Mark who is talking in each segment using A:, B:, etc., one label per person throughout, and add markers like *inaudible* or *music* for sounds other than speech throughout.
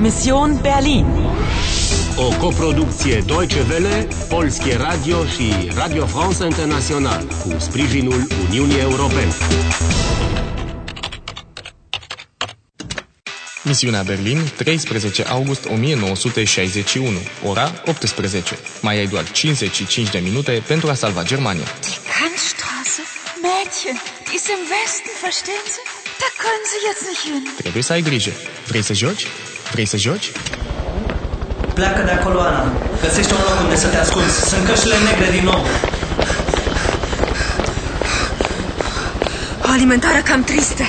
A: Mission Berlin.
B: O coproducție Deutsche Welle, Polskie Radio și Radio France International cu sprijinul Uniunii Europene.
C: Misiunea Berlin, 13 august 1961, ora 18. Mai ai doar 55 de minute pentru a salva Germania.
D: Die Kantstraße? Mädchen, die ist im Westen, verstehen Sie? Da können Sie jetzt nicht hin.
C: Trebuie să ai grijă. Vrei să joci? Vrei să joci?
E: Pleacă de acolo, Ana. Găsește un loc unde să te ascunzi. Sunt cășile negre din nou.
D: O alimentare cam tristă.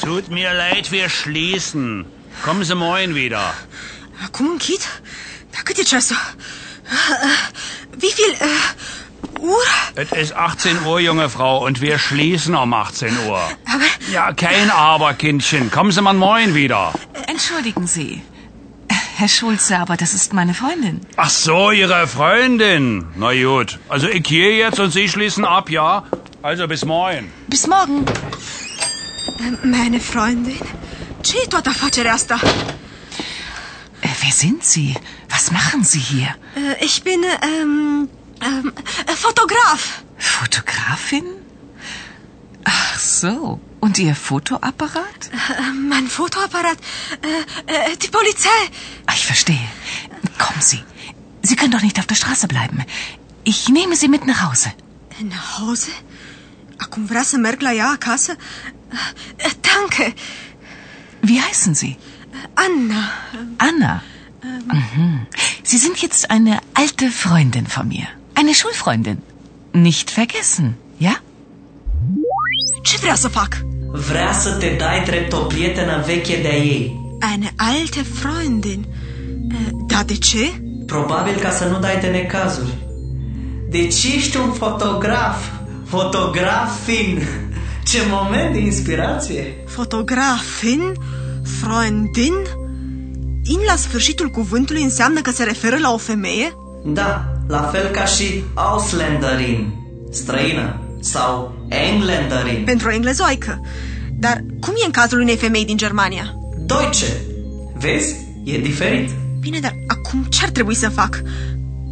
F: Tut mir leid, wir schließen. Kommen Sie morgen wieder.
G: Ah,
D: Acum închid? Da cât e ceasul?
G: Äh,
D: Wie viel uh, Uhr?
F: Es ist 18 Uhr, junge Frau, und wir schließen um 18 Uhr.
D: Aber
F: Ja, kein Aber, Kindchen. Kommen Sie mal morgen wieder.
G: äh, Entschuldigen Sie. Äh, Herr Schulze, aber das ist meine Freundin.
F: Ach so, Ihre Freundin. Na gut. Also ich gehe jetzt und Sie schließen ab, ja? Also bis morgen.
G: Bis morgen.
D: Äh, meine Freundin. Ce e toată afacerea asta?
G: Äh, wer sind Sie? Was machen Sie hier?
D: Uh, ich bin um, um, fotograf.
G: Fotografin? Ach so. Und Ihr Fotoapparat?
D: Uh, mein Fotoapparat. Uh, uh, die Polizei.
G: Ah, Ich verstehe. Kommen Sie. Sie können doch nicht auf der Straße bleiben. Ich nehme Sie mit nach Hause.
D: Nach Hause? Acum vrea să merg la ea acasă? Uh, Danke,
G: Wie heißen Sie?
D: Anna.
G: Anna. Mhm. Sie sind jetzt eine alte Freundin von mir. Eine Schulfreundin. Nicht vergessen, ja?
D: Ce vrea să fac?
E: Vrea să te dai drept o prietenă veche de-a ei.
D: Eine alte Freundin. Uh, Da, de ce?
E: Probabil ca să nu dai de necazuri. Deci ești un fotograf. Fotografin. Ce moment de inspirație!
D: Fotografin? Freundin? In la sfârșitul cuvântului înseamnă că se referă la o femeie?
E: Da, la fel ca și Ausländerin, străină, sau Engländerin,
D: Pentru o englezoaică. Dar cum e în cazul unei femei din Germania?
E: Deutsche. Vezi? E diferit.
D: Bine, dar acum ce ar trebui să fac?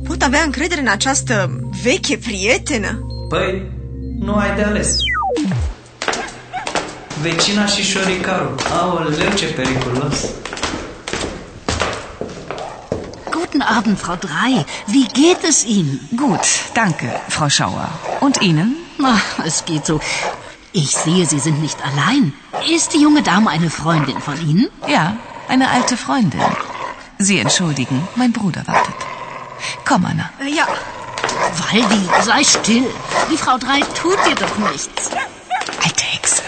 D: Pot avea încredere în această veche prietenă?
E: Păi, nu ai de ales. Vecina și șoricarul. Aoleu, ce periculos!
H: Guten Abend, Frau Drei. Wie geht es Ihnen?
G: Gut, danke, Frau Schauer. Und Ihnen?
H: Ach, es geht so. Ich sehe, Sie sind nicht allein. Ist die junge Dame eine Freundin von Ihnen?
G: Ja, eine alte Freundin. Sie entschuldigen, mein Bruder wartet. Komm, Anna.
D: Ia,
H: Waldi, sei still. Die Frau Drei tut dir doch nichts.
G: Alte Hexe.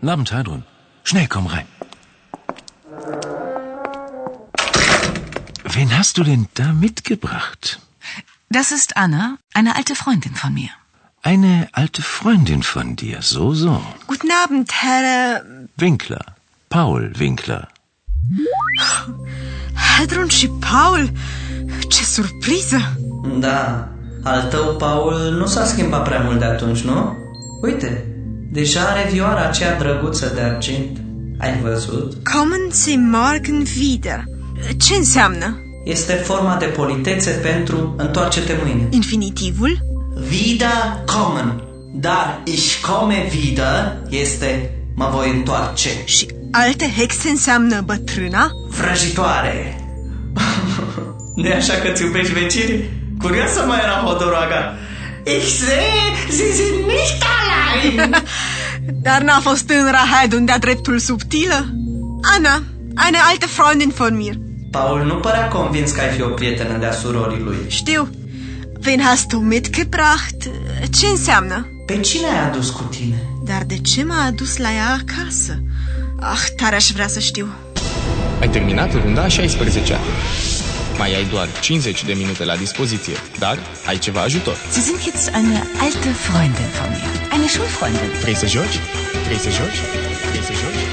I: Guten Abend, Heidrun. Schnell, komm rein. Wen hast du denn da mitgebracht?
G: Das ist Anna, eine alte Freundin von mir.
I: Eine alte Freundin von dir, so, so.
D: guten Abend, Herr...
I: Winkler. Paul Winkler.
D: Hedron și Paul! Ce surpriză!
E: Da, al tău, Paul, nu s-a schimbat prea mult de atunci, nu? Uite, deja are vioara aceea drăguță de argint. Ai văzut?
D: Kommen Sie morgen wieder. Ce înseamnă?
E: Este forma de politețe pentru întoarce-te mâine.
D: Infinitivul?
E: Vida common. Dar ich komme wieder este mă voi întoarce.
D: Și alte hexe înseamnă bătrâna?
E: Vrăjitoare. *laughs* nu e așa că ți iubești vecinii? Curioasă mai era Hodoroaga. Ich sehe, sie sind nicht *laughs* allein.
D: Dar n-a fost în Rahed unde a dreptul subtilă? Ana, eine alte Freundin von mir.
E: Paul nu părea convins că ai fi o prietenă de-a surorii lui.
D: Știu. Wen hast du mitgebracht? Ce înseamnă?
E: Pe cine ai adus cu tine?
D: Dar de ce m-a adus la ea acasă? Ah, tare aș vrea să știu.
C: Ai terminat runda 16-a. Mai ai doar 50 de minute la dispoziție, dar ai ceva ajutor.
G: Sie sind jetzt eine alte Freundin von mir. Eine Schulfreundin.
C: Vrei să joci? Vrei să joci? Vrei să joci?